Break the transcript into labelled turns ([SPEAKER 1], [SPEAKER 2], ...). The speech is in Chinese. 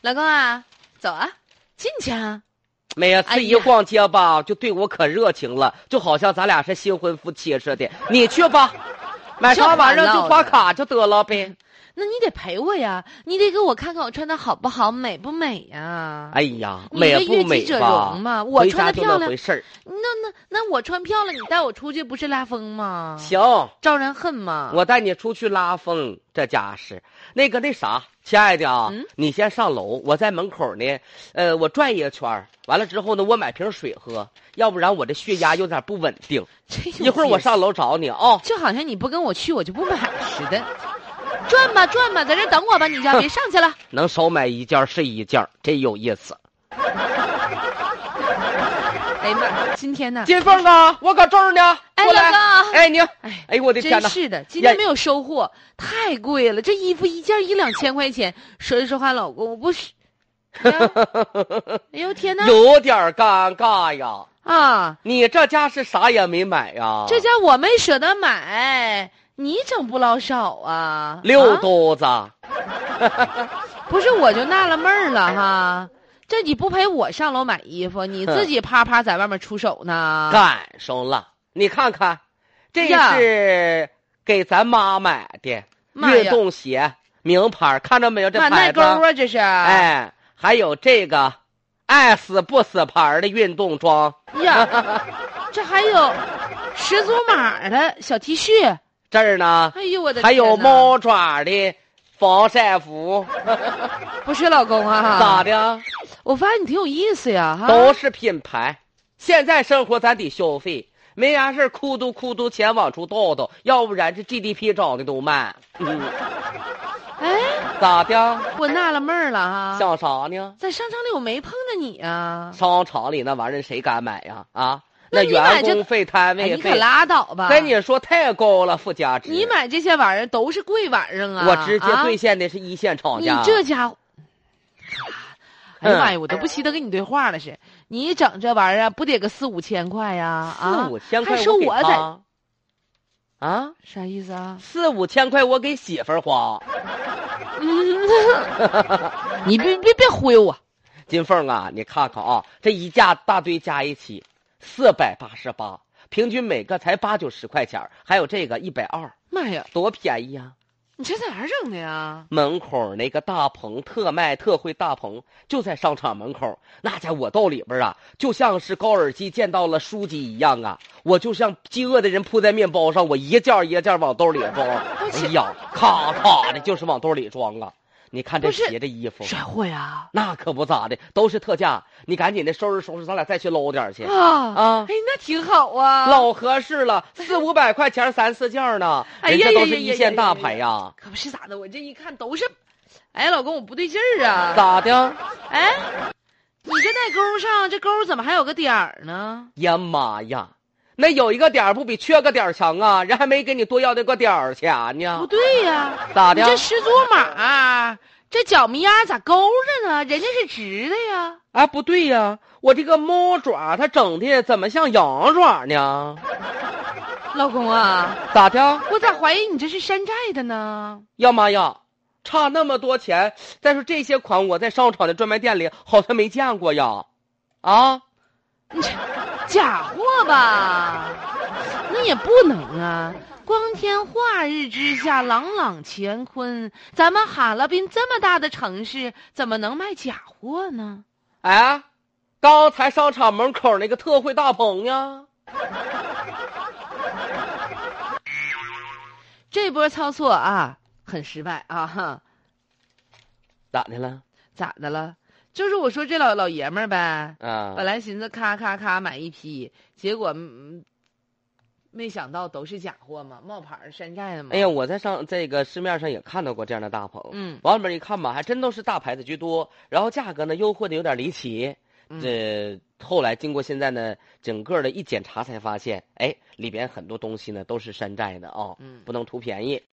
[SPEAKER 1] 老公啊，走啊，进去啊。
[SPEAKER 2] 妹哎呀，这一逛街吧，就对我可热情了，就好像咱俩是新婚夫妻似的。你去 吧，买啥玩意儿就刷卡就得了
[SPEAKER 1] 嗯
[SPEAKER 2] 呗。
[SPEAKER 1] 那你得陪我呀，你得给我看看我穿的好不好，美不美呀？
[SPEAKER 2] 哎呀，
[SPEAKER 1] 你这
[SPEAKER 2] 美不
[SPEAKER 1] 悦
[SPEAKER 2] 美
[SPEAKER 1] 己者
[SPEAKER 2] 吧
[SPEAKER 1] 容？嘛，我
[SPEAKER 2] 回
[SPEAKER 1] 穿的
[SPEAKER 2] 家就
[SPEAKER 1] 漂
[SPEAKER 2] 那
[SPEAKER 1] 亮
[SPEAKER 2] 回，事儿。
[SPEAKER 1] 那那那我穿漂亮，你带我出去不是拉风吗？
[SPEAKER 2] 行，
[SPEAKER 1] 招人恨吗？
[SPEAKER 2] 我带你出去拉风，这家是那个那啥，亲爱的啊，
[SPEAKER 1] 嗯
[SPEAKER 2] 你先上楼，我在门口呢，呃，我转一圈儿完了之后呢，我买瓶水喝，要不然我这血压有点不稳定。
[SPEAKER 1] 这
[SPEAKER 2] 一会儿我
[SPEAKER 1] 有意思，
[SPEAKER 2] 上楼找你啊、
[SPEAKER 1] 就好像你不跟我去，我就不买似的。转吧转吧，在这儿等我吧， 你家别上去了。
[SPEAKER 2] 能少买一件儿是一件儿，真有意思。
[SPEAKER 1] 哎呀妈，今天呢？
[SPEAKER 2] 金凤啊，我搁这儿呢，
[SPEAKER 1] 哎
[SPEAKER 2] 过来。
[SPEAKER 1] 老公
[SPEAKER 2] 哎你，
[SPEAKER 1] 哎，
[SPEAKER 2] 哎呦我的天
[SPEAKER 1] 真
[SPEAKER 2] 哪！
[SPEAKER 1] 是的，今
[SPEAKER 2] 呀
[SPEAKER 1] 天没有收获，太贵了。这衣服一件一两千块钱，说实话，老公，我不是。呀哎呦天哪！
[SPEAKER 2] 有点儿尴尬呀。
[SPEAKER 1] 啊，
[SPEAKER 2] 你这家是啥也没买呀？
[SPEAKER 1] 这家我没舍得买，你整不老少啊？
[SPEAKER 2] 六
[SPEAKER 1] 啊
[SPEAKER 2] 兜子，
[SPEAKER 1] 不是，我就纳了闷儿了哈。这你不陪我上楼买衣服，你自己啪啪在外面出手呢？
[SPEAKER 2] 赶上了。你看看，这
[SPEAKER 1] 呀
[SPEAKER 2] 是给咱妈买的
[SPEAKER 1] 妈
[SPEAKER 2] 运
[SPEAKER 1] 呀，
[SPEAKER 2] 动鞋，名牌儿，看着没有？这
[SPEAKER 1] 满耐
[SPEAKER 2] 牌子
[SPEAKER 1] 沟，啊，这是！，
[SPEAKER 2] 哎，还有这个爱死不死牌儿的运动装，
[SPEAKER 1] 哎呀，这还有十足码的小 T 恤，
[SPEAKER 2] 这儿呢
[SPEAKER 1] 哎呦我的！
[SPEAKER 2] 还有，猫爪的防晒服，
[SPEAKER 1] 不是老公 啊？
[SPEAKER 2] 咋？的？
[SPEAKER 1] 我发现你挺有意思呀，哈。
[SPEAKER 2] 都是品牌。现在生活咱得消费，没啥事儿哭嘟哭嘟钱往出倒倒，要不然这 GDP 涨的都慢。嗯，
[SPEAKER 1] 哎，
[SPEAKER 2] 咋的？
[SPEAKER 1] 我纳了闷儿了哈。
[SPEAKER 2] 想啥呢？
[SPEAKER 1] 在商场里我没碰着你啊。
[SPEAKER 2] 商场里那玩意儿谁敢买呀？啊，
[SPEAKER 1] 那你买
[SPEAKER 2] 员
[SPEAKER 1] 这
[SPEAKER 2] 工费、摊
[SPEAKER 1] 哎，
[SPEAKER 2] 位
[SPEAKER 1] 你可
[SPEAKER 2] 费，
[SPEAKER 1] 拉倒吧！
[SPEAKER 2] 跟你说太高了，附加值。
[SPEAKER 1] 你买这些玩意儿都是贵玩意儿啊！
[SPEAKER 2] 我直接
[SPEAKER 1] 啊
[SPEAKER 2] 对线的是一线厂
[SPEAKER 1] 你
[SPEAKER 2] 家。
[SPEAKER 1] 这家伙，哎呀妈
[SPEAKER 2] 嗯
[SPEAKER 1] 呀，我都不稀得跟你对话了是。你整这玩意儿不得个四五千块呀？啊，
[SPEAKER 2] 四五千块
[SPEAKER 1] 还说
[SPEAKER 2] 给
[SPEAKER 1] 我在
[SPEAKER 2] 他啊，
[SPEAKER 1] 啥意思啊？
[SPEAKER 2] 四五千块我给媳妇儿花。
[SPEAKER 1] 你别别别忽悠我！
[SPEAKER 2] 金凤啊，你看看啊，这一架大堆加一起，四百八十八，平均每个才八九十块钱儿，还有这个一百二，
[SPEAKER 1] 妈呀，
[SPEAKER 2] 多便宜啊！
[SPEAKER 1] 你这在哪儿整的呀？
[SPEAKER 2] 门口那个大棚特卖特惠大棚就在商场门口，那家我到里边啊，就像是高尔基见到了书籍一样啊，我就像饥饿的人扑在面包上，我一件儿一件儿往兜里装，哎
[SPEAKER 1] 是
[SPEAKER 2] 呀，咔咔的，就是往兜里装啊！你看这
[SPEAKER 1] 不是
[SPEAKER 2] 鞋，这衣服，
[SPEAKER 1] 甩货呀！
[SPEAKER 2] 那可不咋的，都是特价。你赶紧的收拾收拾，咱俩再去搂点儿去。
[SPEAKER 1] 啊
[SPEAKER 2] 啊
[SPEAKER 1] 哎，那挺好啊。
[SPEAKER 2] 老合适了，四五百块钱三四件儿呢，
[SPEAKER 1] 哎
[SPEAKER 2] 人
[SPEAKER 1] 呀
[SPEAKER 2] 家
[SPEAKER 1] 呀
[SPEAKER 2] 都
[SPEAKER 1] 呀
[SPEAKER 2] 是
[SPEAKER 1] 呀
[SPEAKER 2] 一
[SPEAKER 1] 呀
[SPEAKER 2] 线
[SPEAKER 1] 呀
[SPEAKER 2] 大
[SPEAKER 1] 呀
[SPEAKER 2] 牌
[SPEAKER 1] 呀
[SPEAKER 2] 呀。
[SPEAKER 1] 可不是咋的，我这一看都是，哎，老公我不对劲儿啊！
[SPEAKER 2] 咋的？
[SPEAKER 1] 哎，你这带钩上，这钩怎么还有个点儿呢？
[SPEAKER 2] 呀妈呀，那有一个点儿不比缺个点儿强啊？人还没给你多要那个点儿钱
[SPEAKER 1] 不
[SPEAKER 2] 呢，
[SPEAKER 1] 对呀、
[SPEAKER 2] 咋
[SPEAKER 1] 你
[SPEAKER 2] 的？
[SPEAKER 1] 这十足码，这脚米丫咋勾着呢？人家是直的呀。
[SPEAKER 2] 啊，不对呀、我这个猫爪它整的怎么像羊爪呢？
[SPEAKER 1] 老公啊，
[SPEAKER 2] 咋的？
[SPEAKER 1] 我咋怀疑你这是山寨的呢？
[SPEAKER 2] 呀妈呀，差那么多钱！再说这些款我在商场的专卖店里好像没见过呀，啊，
[SPEAKER 1] 你这 假货吧？那也不能啊！光天化日之下，朗朗乾坤，咱们哈尔滨这么大的城市，怎么能卖假货呢？
[SPEAKER 2] 哎，刚才商场门口那个特惠大棚呢？
[SPEAKER 1] 这波操作啊，很失败啊！哈，
[SPEAKER 2] 咋的了？
[SPEAKER 1] 咋的了？就是我说这老老爷们儿呗，
[SPEAKER 2] 啊，
[SPEAKER 1] 本来寻思咔咔咔买一批，结果、嗯、没想到都是假货嘛，冒牌儿山寨的嘛。
[SPEAKER 2] 哎呀，，我在上这个市面上也看到过这样的大棚，
[SPEAKER 1] 嗯，
[SPEAKER 2] 往里面一看吧，还真都是大牌子居多，然后价格呢优惠的有点离奇。
[SPEAKER 1] 嗯
[SPEAKER 2] 这后来经过现在呢，整个的一检查才发现，哎，里边很多东西呢都是山寨的啊、
[SPEAKER 1] 嗯
[SPEAKER 2] 不能图便宜。